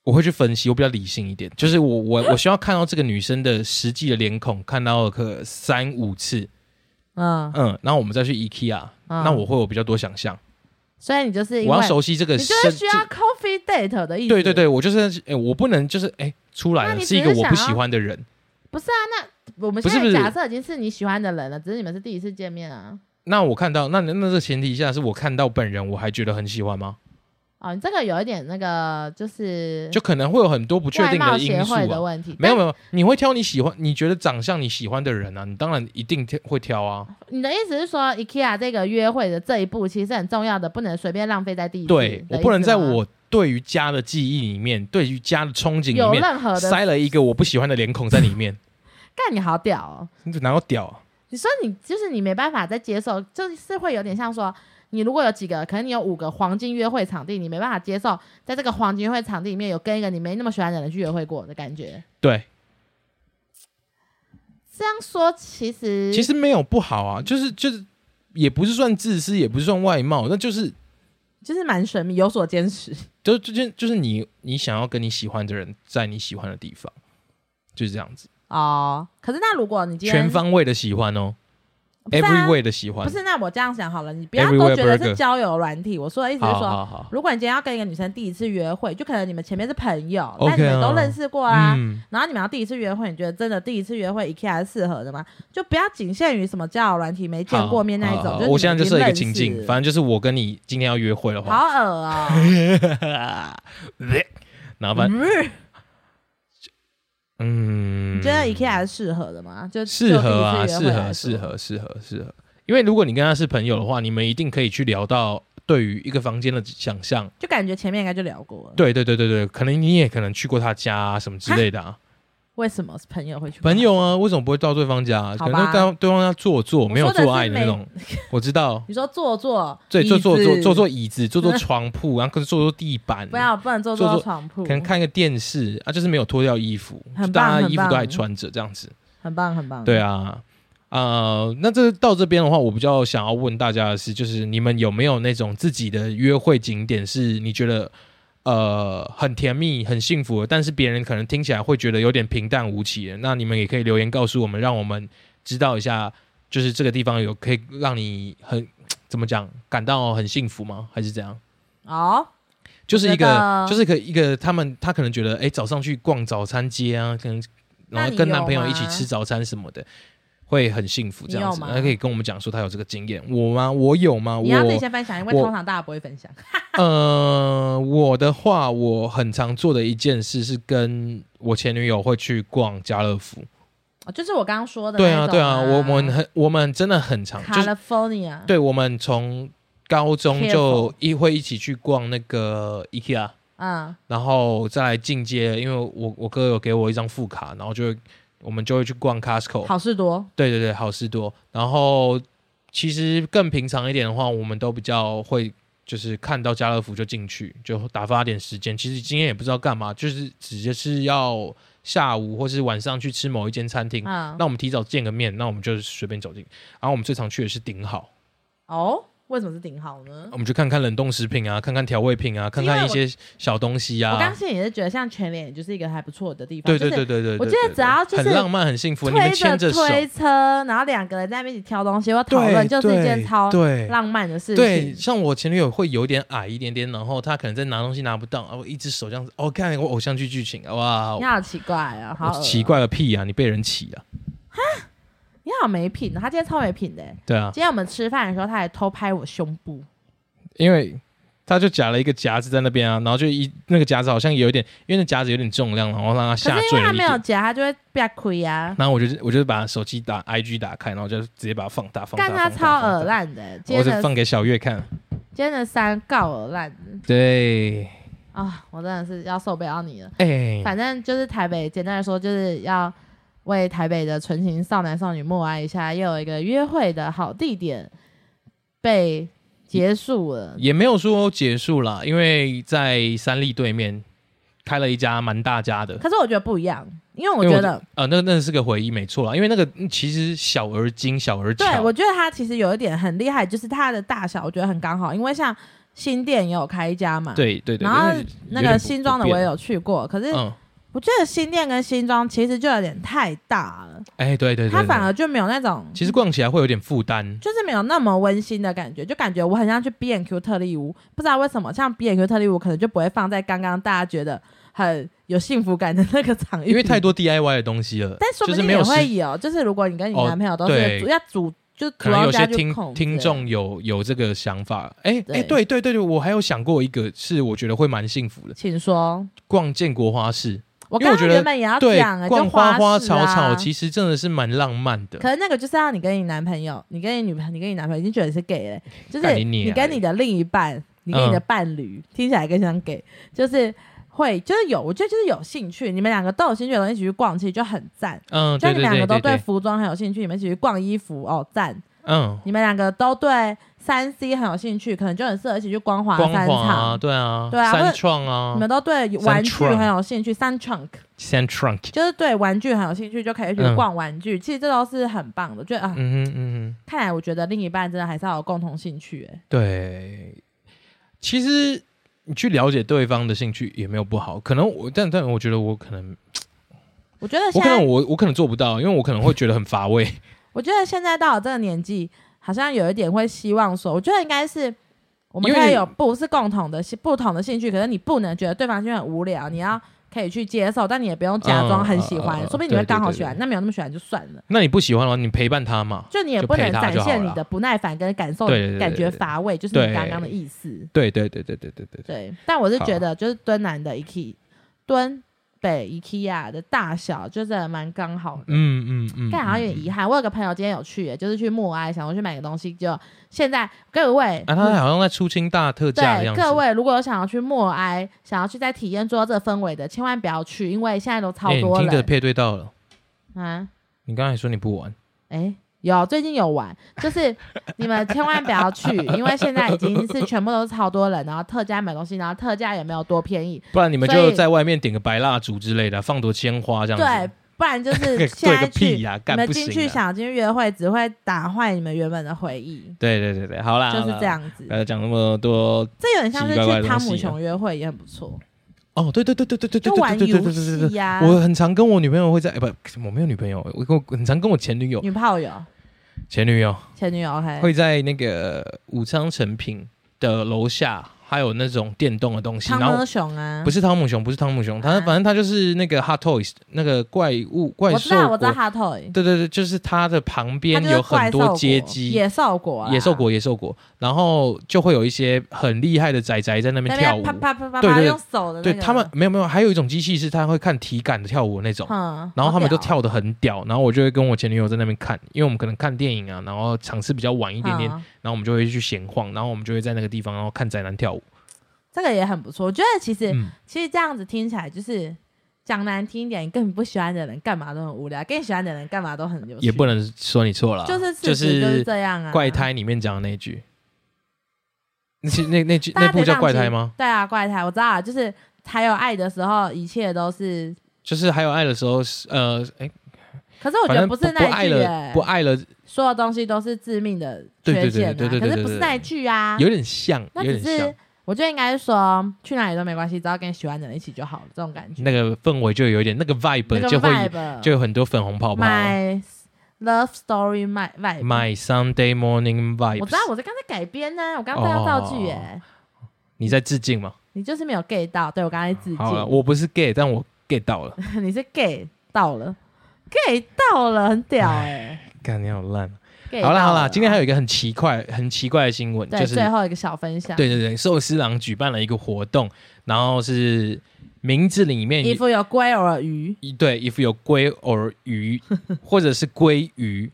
S2: 我会去分析，我比较理性一点，就是我我 我需要看到这个女生的实际的脸孔，看到个三五次，
S1: 嗯，
S2: 嗯，然后我们再去 IKEA，、
S1: 嗯
S2: 那我会有比较多想象，
S1: 所以你就是因
S2: 我
S1: 为
S2: 要熟悉这个
S1: 你就是
S2: 身，
S1: 需要 coffee date 的意思，
S2: 对对，对，我就是，哎，我不能就是哎、出来
S1: 那你
S2: 了
S1: 只
S2: 是一个
S1: 是
S2: 我
S1: 想啊
S2: 不
S1: 要
S2: 喜欢的人，
S1: 不是啊，那我们
S2: 不
S1: 现
S2: 是
S1: 在
S2: 不
S1: 假
S2: 是
S1: 设已经是你喜欢的人了，只是你们是第一次见面啊。
S2: 那我看到那那那个前提下是我看到本人，我还觉得很喜欢吗？
S1: 哦，你这个有一点那个就是
S2: 就可能会有很多不确
S1: 外
S2: 定
S1: 貌
S2: 因
S1: 协
S2: 素
S1: 会的
S2: 啊。
S1: 问题，
S2: 没有没有，你会挑你喜欢，你觉得长相你喜欢的人啊，你当然一定挑会挑啊。
S1: 你的意思是说，IKEA 这个约会的这一步其实很重要的，不能随便浪费在第一次啊的意
S2: 对
S1: 思吗。
S2: 我不能在我对于家的记忆里面，对于家的憧憬
S1: 有
S2: 里面，
S1: 任何的
S2: 塞了一个我不喜欢的脸孔在里面，
S1: 干你好屌哦！
S2: 你哪有屌啊、
S1: 你说你就是你没办法再接受，就是会有点像说，你如果有几个，可能你有五个黄金约会场地，你没办法接受，在这个黄金约会场地里面有跟一个你没那么喜欢的人去约会过的感觉。
S2: 对，
S1: 这样说其实
S2: 其实没有不好啊，就是就是，也不是算自私，也不是算外貌，那就是
S1: 就是蛮神秘，有所坚持。
S2: 就就就就是你你想要跟你喜欢的人在你喜欢的地方，就是这样子，
S1: 哦，可是那如果你今天
S2: 全方位的喜欢哦、
S1: 不
S2: e
S1: 是
S2: v
S1: 啊
S2: e r y way 的喜欢，
S1: 不是，那我这样想好了，你不要
S2: Everywhere
S1: 都觉得
S2: Burger
S1: 是交友软体。我说的意思是
S2: 好
S1: 说，
S2: 好好，
S1: 如果你今天要跟一个女生第一次约会，就可能你们前面是朋友，
S2: OK 啊
S1: 但你们都认识过啦、
S2: 嗯，
S1: 然后你们要第一次约会，你觉得真的第一次约会 IKEA 是适合的吗？就不要仅限于什么交友软体没见过面那一
S2: 好
S1: 种。就是
S2: 好
S1: 你们
S2: 我现在就
S1: 已经
S2: 设一个
S1: 认识
S2: 情境，反正就是我跟你今天要约会的话，
S1: 好恶哦、
S2: 然后反正
S1: 嗯
S2: 嗯，
S1: 你觉得 IKEA 是适合的吗？就
S2: 适合啊，
S1: 就第一
S2: 适
S1: 次约会
S2: 合，
S1: 来说
S2: 适合，适合，适合。因为如果你跟他是朋友的话，你们一定可以去聊到对于一个房间的想象。
S1: 就感觉前面应该就聊过了。
S2: 对对对对对，可能你也可能去过他家啊什么之类的啊。
S1: 为什么是朋友会去？
S2: 朋友啊，为什么不会到对方家、啊？可
S1: 好吧
S2: 能就到对方家坐坐，没有
S1: 说的是
S2: 做爱的那种。我知道，
S1: 你说坐坐，
S2: 对，坐坐
S1: 椅
S2: 坐
S1: 子
S2: 坐坐椅子，坐坐床铺，然后可能坐坐地板，
S1: 不要不能坐
S2: 坐
S1: 坐
S2: 坐
S1: 床铺，
S2: 可能看个电视啊，就是没有脱掉衣服，
S1: 嗯很棒
S2: 就大家衣
S1: 很
S2: 服
S1: 棒
S2: 都还穿着这样子。
S1: 很棒很棒。
S2: 对啊，呃，那这到这边的话，我比较想要问大家的是，就是你们有没有那种自己的约会景点是你觉得呃很甜蜜、很幸福的，但是别人可能听起来会觉得有点平淡无奇的？那你们也可以留言告诉我们，让我们知道一下，就是这个地方有可以让你很怎么讲感到很幸福吗？还是怎样？
S1: 哦，
S2: 就是一
S1: 我觉
S2: 个
S1: 得，
S2: 就是一个一个，他们他可能觉得，哎、早上去逛早餐街啊，可能然
S1: 那
S2: 后
S1: 你
S2: 跟
S1: 有
S2: 男朋友一起
S1: 吗
S2: 吃早餐什么的，会很幸福这样子
S1: 你。有
S2: 呃
S1: 吗
S2: 他可以跟我们讲说他有这个经验，我吗？我有吗？
S1: 你要自己
S2: 我
S1: 先分享，因为
S2: 我
S1: 通常大家不会分享。
S2: 呃，我的话，我很常做的一件事是跟我前女友会去逛家乐福。
S1: 哦就是我刚刚说的
S2: 对
S1: 那
S2: 啊，
S1: 种嗯
S2: 对啊，我们很我们真的很常，就是
S1: California，
S2: 对我们从高中
S1: Careful
S2: 就一会一起去逛那个 IKEA。
S1: 嗯，
S2: 然后再来进阶，因为我我哥有给我一张副卡，然后就会我们就会去逛 Costco，
S1: 好事多，
S2: 对对对，好事多。然后其实更平常一点的话，我们都比较会就是看到家乐福就进去，就打发点时间。其实今天也不知道干嘛，就是直接是要下午或是晚上去吃某一间餐厅。
S1: 嗯，
S2: 那我们提早见个面，那我们就随便走进。然后我们最常去的是顶好，
S1: 哦，为什么是顶好呢
S2: 我？们去看看冷冻食品啊，看看调味品啊，看
S1: 因为
S2: 看一
S1: 我
S2: 些小东西啊。
S1: 我刚现在也是觉得，像全联也就是一个还不错的地方，
S2: 对
S1: 就
S2: 对
S1: 是
S2: 对对对，
S1: 我
S2: 对
S1: 觉得
S2: 对
S1: 只要就是
S2: 很浪漫、很幸福，你们牵
S1: 推
S2: 着
S1: 着
S2: 手，
S1: 推车，然后两个人在那边一起挑东西或讨论，就是一件超
S2: 对
S1: 浪漫的事
S2: 对，
S1: 情。
S2: 像我前女友会有点矮一点点，然后她可能在拿东西拿不到，然后一只手这样子，哦，看我偶像剧剧情，啊哇哦
S1: 你，好奇怪啊，好恶
S2: 我
S1: 哦
S2: 奇，怪个屁啊，你被人骑啊，
S1: 你好没品哦，他今天超没品的。
S2: 对啊，
S1: 今天我们吃饭的时候，他还偷拍我胸部，
S2: 因为。他就夹了一个夹子在那边啊，然后就一那个夹子好像有一点，因为那夹子有点重量，然后让他
S1: 可
S2: 下
S1: 是因
S2: 坠
S1: 为
S2: 了
S1: 他
S2: 一
S1: 没有
S2: 点。
S1: 夹，他就会被亏啊。
S2: 然后我就我就把手机打 IG 打开，然后就直接把它放大放大。
S1: 干他
S2: 放大
S1: 超
S2: 哦放大
S1: 恶烂的，今嗯天
S2: 我只
S1: 的
S2: 放给小月看。
S1: 今今天的三告而烂
S2: 对，
S1: 啊，我真的是要受不了你了。
S2: 哎、
S1: 反正就是台北，简单来说就是要为台北的纯情少男少女默哀一下，又有一个约会的好地点被结束了。
S2: 也没有说结束啦，因为在三立对面开了一家蛮大家的，
S1: 可是我觉得不一样，因为我
S2: 因为
S1: 觉
S2: 我
S1: 得，
S2: 呃，那那是个回忆，没错啦，因为那个嗯其实小而精，小而巧，
S1: 对我觉得它其实有一点很厉害，就是它的大小我觉得很刚好，因为像新店也有开一家嘛，
S2: 对对对，
S1: 然后
S2: 因为
S1: 那个
S2: 有点不
S1: 新庄的
S2: 不
S1: 我
S2: 便
S1: 也有去过，可是
S2: 嗯，
S1: 我觉得新店跟新庄其实就有点太大了，
S2: 哎、对对对
S1: 它
S2: 对
S1: 反而就没有那种，
S2: 其实逛起来会有点负担，
S1: 就是没有那么温馨的感觉，就感觉我很像去 B N Q 特例屋，不知道为什么，像 B N Q 特例屋可能就不会放在刚刚大家觉得很有幸福感的那个场域，
S2: 因为太多 DIY 的东西了，
S1: 但说不
S2: 就是
S1: 定
S2: 没
S1: 也
S2: 有
S1: 会
S2: 时
S1: 有，就是如果你跟你
S2: 哦
S1: 男朋友都是
S2: 对
S1: 主要主，就主
S2: 可能
S1: 要
S2: 有
S1: 家
S2: 些
S1: 就
S2: 听
S1: 控制
S2: 听众有有这个想法，哎、
S1: 对
S2: 哎、对对对对，我还有想过一个是我觉得会蛮幸福的，
S1: 请说。
S2: 逛建国花市，
S1: 我
S2: 因为
S1: 刚刚
S2: 我觉得
S1: 原本也要
S2: 对
S1: 讲、欸，，就
S2: 逛花花
S1: 市
S2: 草草
S1: 啊
S2: 其实真的是蛮浪漫的，
S1: 可是那个就是要你跟你男朋友，你跟你女朋友，你跟你男朋友已经觉得你是 gay 了，就是
S2: 干你啊娘
S1: 你跟你的另一半，你跟你的伴 侣，听起来更像 gay，就是会就是有，我觉得就是有兴趣，你们两个都有兴趣的东西一起去逛，其实就很赞。
S2: 嗯，
S1: 就
S2: 对
S1: 你们
S2: 对
S1: 两
S2: 对
S1: 个都
S2: 对
S1: 对
S2: 对，
S1: 服装很有兴趣，你们一起去逛衣服哦，赞。
S2: 嗯，
S1: 你们两个都对三 C 很有兴趣，可能就很适合一起去光华
S2: 光
S1: 三
S2: 华啊，
S1: 厂。
S2: 对啊，
S1: 对啊或者
S2: 三创
S1: 你
S2: 啊
S1: 们都对玩具
S2: Trunk
S1: 很有兴趣，三 trunk
S2: 三 trunk，
S1: 就是对玩具很有兴趣，就可以去
S2: 嗯
S1: 逛玩具。其实这都是很棒的，就啊，
S2: 嗯哼嗯
S1: 看来我觉得另一半真的还是要有共同兴趣、欸
S2: 哼，，对，其实你去了解对方的兴趣也没有不好，可能我但但我觉得我可能
S1: 我觉得
S2: 我
S1: 现
S2: 可能
S1: 在，
S2: 我我可能做不到，因为我可能会觉得很乏味，
S1: 我觉得现在到了这个年纪，好像有一点会希望说，我觉得应该是我们
S2: 因为
S1: 可以有不是共同的兴不同的兴趣，可是你不能觉得对方兴趣很无聊，你要可以去接受，但你也不用假装很喜欢，
S2: 嗯嗯嗯嗯
S1: 说不定你会刚好喜欢，
S2: 对对对
S1: 那没有那么喜欢就算了。
S2: 那你不喜欢的话，你陪伴他嘛，
S1: 就你也
S2: 就
S1: 不能
S2: 陪他
S1: 展
S2: 就好
S1: 现
S2: 了
S1: 你的不耐烦跟感受
S2: 对对对对
S1: 感觉
S2: 对
S1: 乏味，就是你
S2: 对
S1: 刚刚的意思。
S2: 对对对对对对对对，
S1: 对，但我是
S2: 好
S1: 觉得就是敦南的 IKE 敦北 IKEA 的大小就真的蛮刚好的。
S2: 嗯嗯嗯，
S1: 但好像有点遗憾，我有个朋友今天有去耶，就是去默哀，想要去买个东西，就现在各位，
S2: 啊，他好像在出清大特价的
S1: 嗯对
S2: 样子，
S1: 各位如果有想要去默哀，想要去再体验做到这个氛围的，千万不要去，因为现在都超
S2: 哎你
S1: 多
S2: 听着
S1: 人、
S2: 配对到了，
S1: 啊。
S2: 你刚才说你不玩，
S1: 哎，有最近有玩，就是你们千万不要去，因为现在已经 是全部都是超多人，然后特价买东西，然后特价也没有多便宜，
S2: 不然你们
S1: 所
S2: 就
S1: 以
S2: 在外面点个白蜡烛之类的，放朵鲜花这样子，
S1: 对，不然就是 现
S2: 对
S1: 在
S2: 个屁
S1: 去。
S2: 呀、
S1: 你
S2: 干
S1: 们
S2: 不行
S1: 进
S2: 啊！
S1: 去想进去约会，只会打坏你们原本的回忆，
S2: 对对对对，好啦，
S1: 就是
S2: 好啦
S1: 这。样子
S2: 不。要讲那么多
S1: 这有点像是
S2: 奇奇怪怪
S1: 去
S2: 的
S1: 汤
S2: 东西
S1: 姆
S2: 啊
S1: 熊约会也很不错，
S2: 哦，对对对对对对对
S1: 就
S2: 对
S1: 玩
S2: 对对
S1: 游
S2: 对对对
S1: 戏啊呀。
S2: 对。我很常跟我女朋友会在，哎、不，我没有女朋友，我跟我很常跟我前女友、
S1: 女炮友、
S2: 前女友
S1: 前女友，OK，
S2: 会在那个武昌成品的楼下，还有那种电动的东西，
S1: 汤
S2: 然后
S1: 姆熊啊，
S2: 不是汤姆熊，不是汤姆熊，他、
S1: 啊
S2: 反正他就是那个 Hot Toys 那个怪物怪
S1: 我知
S2: 兽
S1: 道，
S2: 国，
S1: 我知道哈特，它
S2: 对对对，就是它的旁边
S1: 就是
S2: 有很
S1: 怪兽
S2: 多
S1: 国
S2: 街机，
S1: 野兽啊国啦，
S2: 野兽国，野兽国，然后就会有一些很厉害的仔仔在那
S1: 在
S2: 边
S1: 那
S2: 跳
S1: 边
S2: 舞。
S1: 啪啪啪啪
S2: 对对
S1: 啪
S2: 对
S1: 用手的那
S2: 对
S1: 个，
S2: 他们没有没有，还有一种机器是他会看体感的跳舞那种，
S1: 嗯，
S2: 然后他们就
S1: 好屌
S2: 跳的很屌，然后我就会跟我前女友在那边看，因为我们可能看电影啊，然后场次比较晚一点点，
S1: 嗯
S2: 然后我们就会去闲晃，然后我们就会在那个地方，然后看宅男跳舞。
S1: 这个也很不错。我觉得其实
S2: 嗯，
S1: 其实这样子听起来就是讲难听一点，你根本不喜欢的人干嘛都很无聊，跟你喜欢的人干嘛都很有趣，
S2: 也不能说你错了啊，
S1: 就是
S2: 就
S1: 事实就是
S2: 是
S1: 这样啊，
S2: 怪。胎里面讲的那句，那是那那句
S1: 大家
S2: 那部
S1: 别
S2: 叫
S1: 忘
S2: 怪
S1: 记
S2: 胎吗？？
S1: 对啊，怪胎，我知道啊，就是还有爱的时候，一切都是。
S2: 就是还有爱的时候，是呃，哎，
S1: 可是我觉
S2: 反
S1: 得
S2: 正
S1: 不是
S2: 不不
S1: 那
S2: 爱
S1: 一句、
S2: 了，
S1: 欸
S2: 不，爱了，
S1: 所有东西都是致命的
S2: 对
S1: 缺
S2: 对对
S1: 陷啊。
S2: 对对对
S1: 可是
S2: 对
S1: 不是
S2: 对
S1: 那一句啊，
S2: 有点像，
S1: 那
S2: 有
S1: 只
S2: 点像
S1: 是。我觉得应该是说去哪里都没关系，只要跟喜欢的人一起就好了，这种感觉。
S2: 那个氛围就有一点那个
S1: 那
S2: vibe
S1: 个
S2: 就会
S1: vibe，
S2: 就有很多粉红泡泡。
S1: My Love Story My Vibe。
S2: My Sunday morning vibes，
S1: 我知道，我是刚才改编呢、我刚刚要造句耶、
S2: 哦你在致敬吗？
S1: 你就是没有 gay 到，对我刚才致
S2: 好了，
S1: 敬，
S2: 我不是 gay，但我 get 到了。
S1: 你是 gay 到了，gay 到了，很屌哎、
S2: 干你好烂。啊
S1: gay
S2: 好
S1: 到
S2: 啦
S1: 了
S2: 好啦，今天还有一个很奇怪、很奇怪的新闻，
S1: 对、
S2: 就是
S1: 最后一个小分享，
S2: 对对对，寿司郎举办了一个活动，然后是名字里面
S1: 衣服有龟偶尔鱼，
S2: 一对一副有龟偶鱼或者是鲑鱼。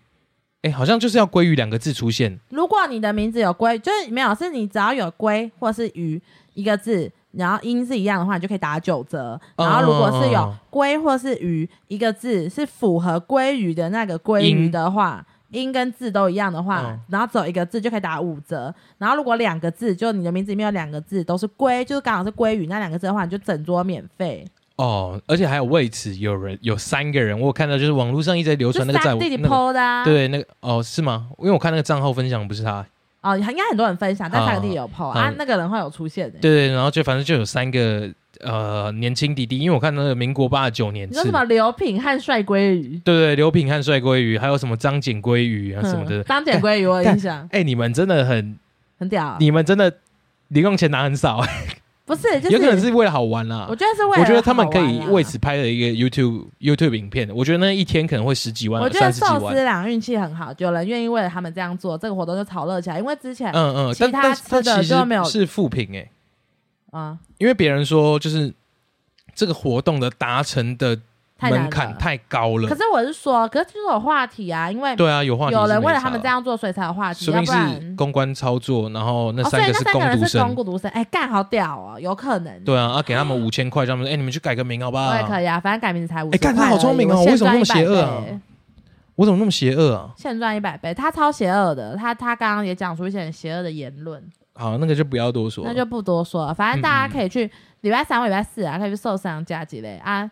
S2: 哎，好像就是要“鲑鱼”两个字出现，
S1: 如果你的名字有“龟”，就是没有，是你只要有“龟”或是“鱼”一个字，然后音是一样的话，你就可以打九折。
S2: 哦
S1: 然后如果是
S2: 哦
S1: 有
S2: 哦
S1: “龟”或是“鱼”一个字是符合“鲑鱼”的那个“鲑鱼”
S2: 音
S1: 的话。音跟字都一样的话，
S2: 嗯
S1: 然后只有一个字就可以打五折。然后如果两个字，就你的名字里面有两个字都是“龟”，就是刚好是“鲑鱼”那两个字的话，你就整桌免费。
S2: 哦，而且还有为此有人有三个人，我有看到就是网络上一直在流
S1: 就
S2: 传那个在
S1: 三
S2: 我
S1: 弟弟
S2: 那个
S1: PO 的、啊
S2: 对那个哦是吗？因为我看那个账号分享不是他，
S1: 哦，应该很多人分享，但
S2: 啊
S1: 三弟弟有 PO 啊
S2: 啊
S1: 那个人会有出现、欸。
S2: 对对，然后就反正就有三个呃年轻弟弟，因为我看那个民国八十九年
S1: 你
S2: 次
S1: 说，什么刘品汉帅鲑鱼？
S2: 对对，刘品汉帅鲑鱼，还有什么张简鲑鱼啊什么的
S1: 嗯，当点鲑鱼我有印象，
S2: 哎、你们真的很，
S1: 很屌。
S2: 你们真的零用钱拿很少，啊
S1: 不是，就是
S2: 有可能，是为了好玩啦、
S1: 我觉得是为了
S2: 我觉得他们可以
S1: 好玩啊
S2: 为。此拍了一个 YouTube YouTube 影片，我觉得那一天可能会十几万啊
S1: 我，觉得
S2: 三十几
S1: 寿
S2: 万。
S1: 司郎运气很好，有人愿意为了他们这样做，这个活动就炒热起来。因为之前啊、
S2: 嗯嗯，
S1: 其
S2: 但
S1: 他
S2: 但
S1: 吃
S2: 但
S1: 的
S2: 其实
S1: 就没有
S2: 是负评哎、
S1: 啊
S2: 因为别人说就是这个活动的达成的
S1: 太难
S2: 门槛
S1: 了
S2: 太高了。
S1: 可是我是说，可是就是有话题啊，因为
S2: 对啊，有话题
S1: 有人
S2: 是没
S1: 为了
S2: 差
S1: 他们这，样做，所以才有话题，
S2: 说
S1: 要
S2: 明
S1: 不
S2: 是
S1: 然。
S2: 公关操作，然后那
S1: 哦，所以那
S2: 三个是
S1: 三个人
S2: 读
S1: 是
S2: 生
S1: 攻。读生，哎，干好屌哦，有可能，
S2: 对啊，啊，给他们五千块，他们说，哎，你们去改个名好不好
S1: 我也？可以啊，反正改名字才五十
S2: 哎干
S1: 块而已。
S2: 他好聪明哦
S1: 我
S2: 为什么那么
S1: 现赚
S2: 邪恶啊
S1: 100倍
S2: 我怎么那么邪恶啊？
S1: 现赚一百倍，他超邪恶的，他他刚刚也讲出一些很邪恶的言论，
S2: 好，那个就不要多说了。
S1: 那就不多说了。反正大家可以去礼拜三或礼拜四
S2: 嗯
S1: 啊，可以去受伤加几类啊。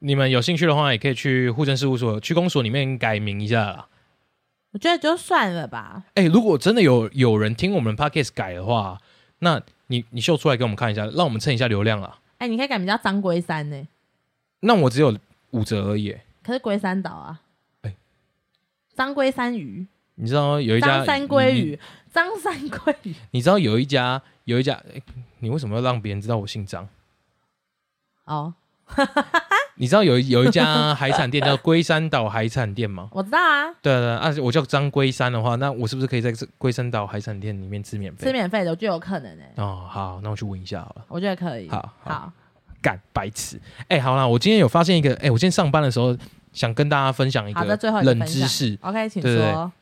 S2: 你们有兴趣的话，也可以去户政事务所、区公所里面改名一下啦。
S1: 我觉得就算了吧，
S2: 哎、如果真的有有人听我们 podcast 改的话，那你你秀出来给我们看一下，让我们蹭一下流量啦。
S1: 哎、你可以改名叫张龟山呢、
S2: 那我只有五折而已、
S1: 可是龟山岛啊，
S2: 哎
S1: 张龟山鱼，
S2: 你知道有一家
S1: 张三龟
S2: 你，
S1: 鱼，张三龟鱼，
S2: 你知道有一家有一家、哎你为什么要让别人知道我姓张？
S1: 哦，
S2: 你知道有有 一家海产店叫龟山岛海产店吗？
S1: 我知道啊，
S2: 对啊对啊，啊我叫张龟山的话，那我是不是可以在这龟山岛海产店里面吃免
S1: 吃
S2: 费？
S1: 免费的，我觉得有可能呢、
S2: 哦，好，那我去问一下好了。
S1: 我觉得可以，
S2: 好好
S1: 好，
S2: 干白痴。哎、好啦，我今天有发现一个，哎、我今天上班的时候想跟大家分享一
S1: 好的最后
S2: 个
S1: 一个
S2: 冷知
S1: 分享
S2: 识，
S1: ，OK，请
S2: 对对对
S1: 说，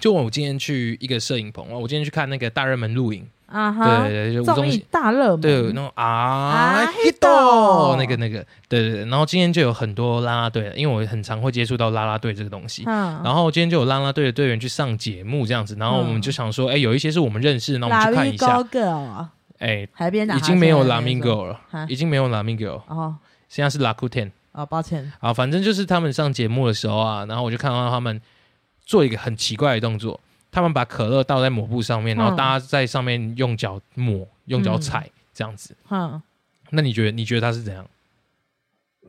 S2: 就我今天去一个摄影棚，哦我今天去看那个大热门录影，
S1: 啊哈
S2: 对，对对，就吴
S1: 综
S2: 宗
S1: 艺
S2: 宪。
S1: 大热门，
S2: 对，那种啊
S1: 嗯啊
S2: ，hito
S1: ，Hito
S2: 那个那个，对对对，然后今天就有很多啦啦队，因为我很常会接触到啦啦队这个东西，
S1: 嗯，
S2: 然后今天就有啦啦队的队员去上节目这样子，然后我们
S1: 嗯
S2: 就想说，哎，有一些是我们认识的，那我们
S1: 拉
S2: 去看
S1: 米
S2: 一下
S1: 高，girl，
S2: 哎，
S1: 啊海边
S2: 已经没有
S1: 拉
S2: La m i n g o 了
S1: 啊，
S2: 已经没有 La m i n g o
S1: 哦
S2: 现在是 Lakuten。
S1: 哦，抱歉，
S2: 啊，反正就是他们上节目的时候啊，然后我就看到他们做一个很奇怪的动作，他们把可乐倒在抹布上面，然后
S1: 嗯
S2: 大家在上面用脚抹、用脚踩、这样子。
S1: 哼，
S2: 那你觉得你觉得他是怎样？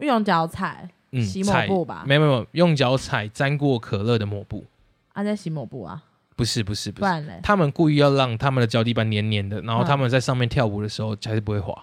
S1: 用脚踩，
S2: 嗯，
S1: 洗抹
S2: 踩
S1: 布吧
S2: 没有没有，用脚踩沾过可乐的抹布，
S1: 啊，在洗抹布啊，
S2: 不是不是不
S1: 不
S2: 是，
S1: 然嗯嘞，
S2: 他们故意要让他们的脚底板黏黏的，然后他们在上面跳舞的时候还是不会滑。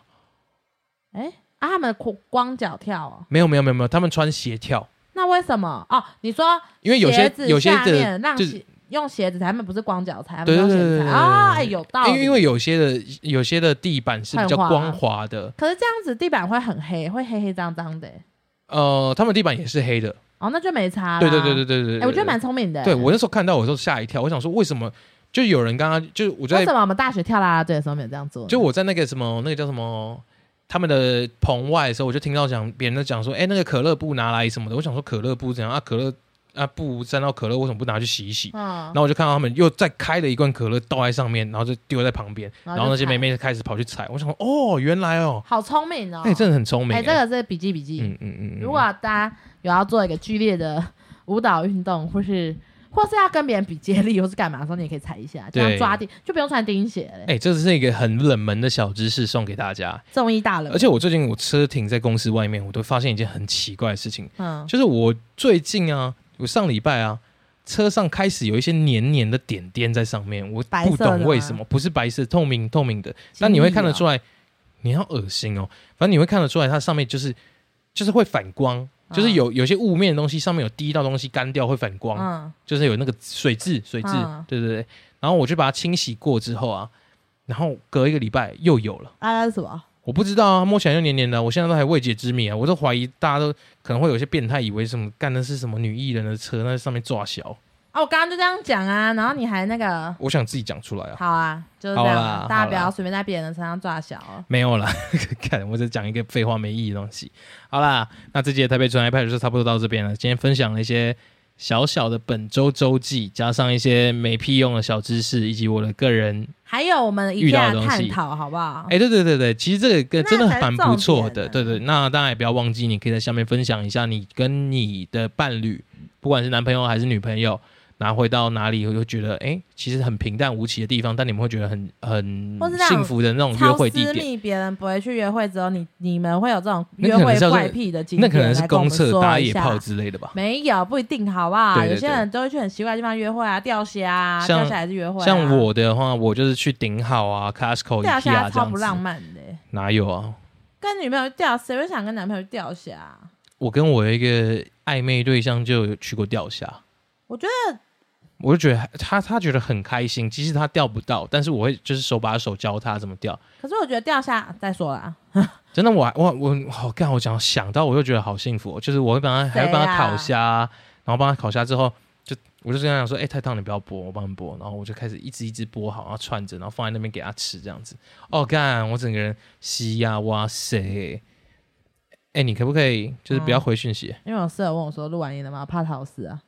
S1: 哎啊，他们光光脚跳哦，
S2: 没有没有没有没有，他们穿鞋跳，
S1: 那为什么？哦，你说
S2: 因为有
S1: 鞋
S2: 些
S1: 子
S2: 有些
S1: 下
S2: 的
S1: 面让
S2: 就是
S1: 鞋用鞋子踩，他们不是光脚踩，他
S2: 对
S1: 们
S2: 对
S1: 用鞋
S2: 对对对
S1: 子
S2: 对
S1: 踩啊，
S2: 对
S1: 哎，有道
S2: 因为
S1: 理，
S2: 因为有些的有些的地板是比较
S1: 很滑
S2: 光滑的，
S1: 可是这样子地板会很黑，会黑黑脏脏的，欸
S2: 呃，他们地板也是黑的。
S1: 哦，那就没差，
S2: 对对对对。对对对
S1: 哎，我觉得蛮聪明的。
S2: 对我那时候看到，我都吓一跳，我想说为什么？就有人刚刚就我就
S1: 为
S2: 在
S1: 什么我们大学跳啦啦队的时候没有这样做？
S2: 就我在那个什么那个叫什么他们的棚外的时候，我就听到讲别人在讲说，哎、那个可乐布拿来什么的，我想说可乐布怎样啊？可乐啊布沾到可乐，为什么不拿去洗一洗？
S1: 嗯
S2: 然，后我就看到他们又再开了一罐可乐倒在上面，然后就丢在旁边，
S1: 然
S2: 然
S1: 后就
S2: 后那些
S1: 踩
S2: 妹妹就开始跑去踩，我想说哦，原来哦，
S1: 好聪明哦
S2: 哎、，真的很聪明、
S1: 哎，
S2: 哎，
S1: 这个是笔记笔记，
S2: 嗯嗯嗯，嗯
S1: 如果大家有要做一个剧烈的舞蹈运动，或是或是要跟别人比接力，或是干嘛的时候，你也可以踩一下，这
S2: 对
S1: 样抓地就不用穿钉鞋嘞。
S2: 哎、这是一个很冷门的小知识，送给大家。
S1: 综艺大人，
S2: 而且我最近我车停在公司外面，我都发现一件很奇怪的事情，
S1: 嗯，
S2: 就是我最近啊，我上礼拜啊，车上开始有一些黏黏的点点在上面，我
S1: 白
S2: 不
S1: 色的吗哦
S2: 懂为什么，不是白色，透明透明的，但你会看得出
S1: 来，
S2: 来，你好恶心哦，反正你会看得出来，它上面就是就是会反光，
S1: 嗯
S2: 就是有有些雾面的东西上面有滴到东西干掉会反光，
S1: 嗯，
S2: 就是有那个水渍水渍，
S1: 嗯
S2: 对对对，然后我就把它清洗过之后啊，然后隔一个礼拜又有了。
S1: 啊，那是什么？
S2: 我不知道啊，摸起来就黏黏的，我现在都还未解之谜啊！我都怀疑大家都可能会有些变态，以为什么干的是什么女艺人的车，那上面抓小，
S1: 啊，我刚刚就这样讲啊，然后你还那个，
S2: 我想自己讲出来啊。
S1: 好啊，就是这样
S2: 好啦
S1: 啊，大家
S2: 好啦
S1: 不要随便在别人的身上抓小哦。
S2: 没有啦， 看我只讲一个废话没意义的东西。好啦，那这集的台北纯爱派就差不多到这边了。今天分享了一些小小的本周周记，加上一些没屁用的小知识，以及我的个人。
S1: 还有我们一
S2: 遇到
S1: 下
S2: 的东西
S1: 探讨好不好？
S2: 哎、对对对对，其实这个
S1: 哦那
S2: 真的
S1: 才是
S2: 蛮不错
S1: 重点
S2: 的。
S1: 啊
S2: 对对，那大家也不要忘记，你可以在下面分享一下你跟你的伴侣，不管是男朋友还是女朋友。拿回到哪里会觉得哎、其实很平淡无奇的地方，但你们会觉得很很
S1: 或是那种
S2: 幸福的那种约
S1: 超
S2: 会地
S1: 私
S2: 点。
S1: 密，别人不会去约会，只有你你们会有这种
S2: 那
S1: 约
S2: 可能
S1: 会
S2: 是要是
S1: 怪癖的经
S2: 那
S1: 验。
S2: 可能是
S1: 来跟我
S2: 公
S1: 们
S2: 厕
S1: 说
S2: 打
S1: 一
S2: 野
S1: 下
S2: 炮之类的吧。
S1: 没有，不一定，好不好？
S2: 对对
S1: 有些人都会去很奇怪的地方约会啊，钓虾啊，
S2: 像
S1: 钓虾还是约会、啊。
S2: 像，我的话，我就是去顶好啊、Costco、
S1: 钓
S2: IKEA
S1: 虾
S2: 这
S1: 超
S2: 样
S1: 不
S2: 子，
S1: 浪漫的欸、
S2: 哪有啊？
S1: 跟女朋友钓，谁会想跟男朋友去钓虾啊？
S2: 我跟我一个暧昧对象就有去过钓虾，
S1: 我觉得
S2: 我就觉得他他觉得很开心，即使他钓不到，但是我会就是手把手教他怎么钓。
S1: 可是我觉得钓虾再说啦，
S2: 真的我还，我我好干，我讲想到我就觉得好幸福、哦，就是我会帮他，还
S1: 谁啊
S2: 会帮他烤虾，然后帮他烤虾之后，就我就跟他讲说，哎、太烫，你不要剥，我帮你剥，然后我就开始一只一只剥好，然后串着，然后放在那边给他吃，这样子。哦，干，我整个人西呀，哇塞！哎、你可不可以就是不要回讯息？
S1: 因为我室友问我说录完音了吗？我怕逃死啊，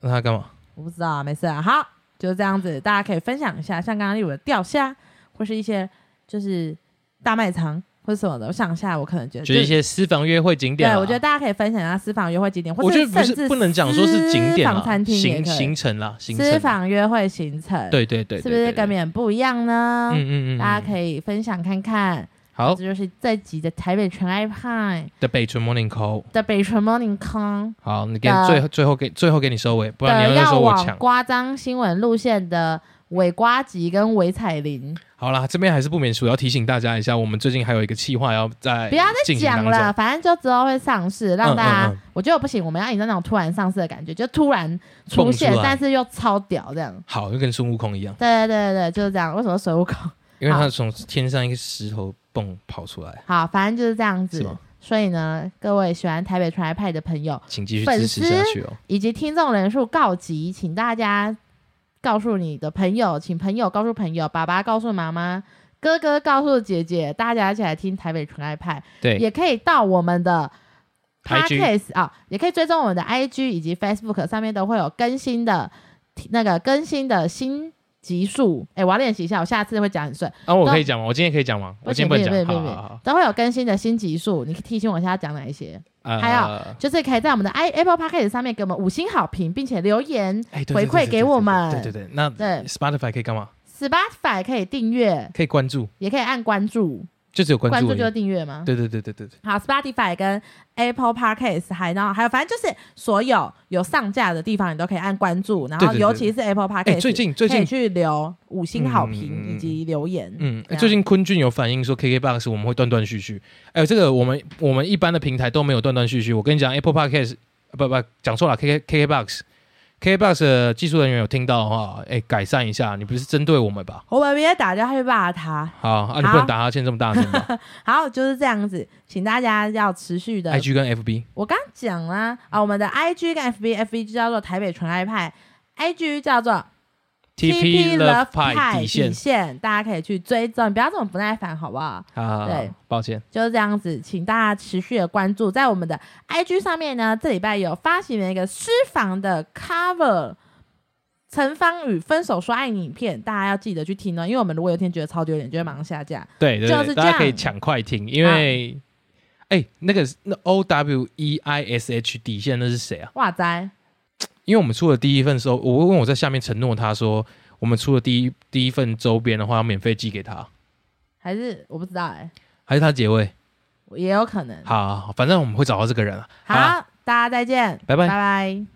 S2: 那他干嘛？
S1: 我不知道啊，没事啊。好，就是这样子，大家可以分享一下，像刚刚例如的钓虾，或是一些就是大卖场或是什么的。我想一下，我可能觉得
S2: 就是一些私房约会景点、啊。
S1: 对，我觉得。大家可以分享一下私房约会景点，或
S2: 我觉得不
S1: 甚
S2: 是
S1: 至
S2: 不能讲说是景点啊
S1: 私
S2: 啦
S1: 房，餐厅也
S2: 行
S1: 可以
S2: 行程啦，行程
S1: 私房约会行程，
S2: 对对对对，
S1: 是不是
S2: 对
S1: 跟别人不一样呢？
S2: 嗯嗯嗯嗯，
S1: 大家可以分享看看。
S2: 好
S1: 这就是这集的台北纯爱派
S2: 的北村 morning call。
S1: 的北纯 Morning Con
S2: 好，你给
S1: 的
S2: 最后最后给最后给你收尾，不然
S1: 的
S2: 你又说
S1: 要
S2: 我
S1: 往
S2: 抢。
S1: 瓜张新闻路线的伪瓜吉跟伪彩铃，
S2: 好啦，这边还是不免俗要提醒大家一下，我们最近还有一个计划要在
S1: 不要再
S2: 进行
S1: 讲
S2: 当
S1: 了，
S2: 中。
S1: 反正就之后会上市，让大家、
S2: 嗯嗯嗯
S1: 我觉得不行，我们要营造那种突然上市的感觉，就突然
S2: 蹦
S1: 出
S2: 出
S1: 现，
S2: 来
S1: 但是又超屌这样。
S2: 好，就跟孙悟空一样，
S1: 对对对对，就是这样。为什么水浒口？
S2: 因为他
S1: 好
S2: 从天上一个石头蹦跑出来，
S1: 好，反正就是这样
S2: 是
S1: 子
S2: 吗。？
S1: 所以呢，各位喜欢台北传来派的朋友，
S2: 请继续
S1: 粉
S2: 支持下去哦。
S1: 以及听众人数告急，请大家告诉你的朋友，请朋友告诉朋友，爸爸告诉妈妈，哥哥告诉姐姐，大家一起来听台北纯爱派，
S2: 对
S1: 也可以到我们的
S2: IG
S1: podcast 啊、也可以追踪我们的 IG 以及 Facebook 上面都会有更新的那个更新的新集数。哎，我要练习一下，我下次会讲很顺，
S2: 啊，我可以讲吗？我今天可以讲吗？我今天
S1: 不
S2: 能
S1: 行
S2: 讲。
S1: 不
S2: 好
S1: 行不
S2: 好
S1: 行
S2: 好好，
S1: 都会有更新的新集数，你提醒我一下要讲哪一些。
S2: 呃
S1: 还有就是可以在我们的 i Apple Podcast 上面给我们五星好评，并且留言。
S2: 哎对
S1: 回
S2: 对对
S1: 馈
S2: 对
S1: 给
S2: 对
S1: 我
S2: 对
S1: 们
S2: 对对对，那
S1: 对
S2: Spotify 可以干嘛？
S1: Spotify 可以订阅，
S2: 可以关注，
S1: 也可以按关注，
S2: 就只有关
S1: 关
S2: 注
S1: 注
S2: 而已。
S1: 就是订阅吗？
S2: 对对对对对对，
S1: 好，Spotify 跟 Apple Podcast 还然后还有反正就是所有有上架的地方你都可以按关注，然
S2: 对
S1: 后
S2: 对对
S1: 尤其是 Apple
S2: 哎，
S1: Podcast，
S2: 最近最
S1: 可以
S2: 近
S1: 去留五星好
S2: 嗯嗯嗯嗯
S1: 评以及留言。
S2: 嗯，
S1: 这样
S2: 最近坤俊有反映说，KKBox 我们会断断续续。哎、这个我们我们一般的平台都没有断断续续。我跟你讲，Apple Podcast 呃不不讲错了，KK KKBox KKBox 的技术人员有听到的话，哎、改善一下，你不是针对我们吧？
S1: 我们别打电话去骂他。
S2: 好啊，你不能打哈欠这么大声 吧
S1: 好，就是这样子，请大家要持续的
S2: ？IG 跟 FB
S1: 我刚讲啦啊，我们的 IG 跟 FB，FB 就叫做台北纯爱派，IG 叫做
S2: TP Love Pie 底
S1: 底
S2: 线
S1: 线，大家可以去追踪，不要这么不耐烦好不好？
S2: 啊，
S1: 对
S2: 抱歉，
S1: 就是这样子，请大家持续的关注，在我们的 IG 上面呢，这礼拜有发行了一个私房的 cover。陈芳宇《分手说爱你》影片，大家要记得去听哦，因为我们如果有一天觉得超丢脸，就会马上下架。
S2: 对对对，
S1: 就是这
S2: 大
S1: 样啊
S2: 家可以抢快听，因为哎、那个那 O W E I S H 底线那是谁啊？
S1: 哇塞，
S2: 因为我们出了第一份时候，我问我在下面承诺他说，我们出了第一第一份周边的话，要免费寄给他，
S1: 还是我不知道哎、
S2: 还是他结尾？
S1: 也有可能。
S2: 好，好好反正我们会找到这个人啊。好啦
S1: 好，大家再见，
S2: 拜拜
S1: 拜拜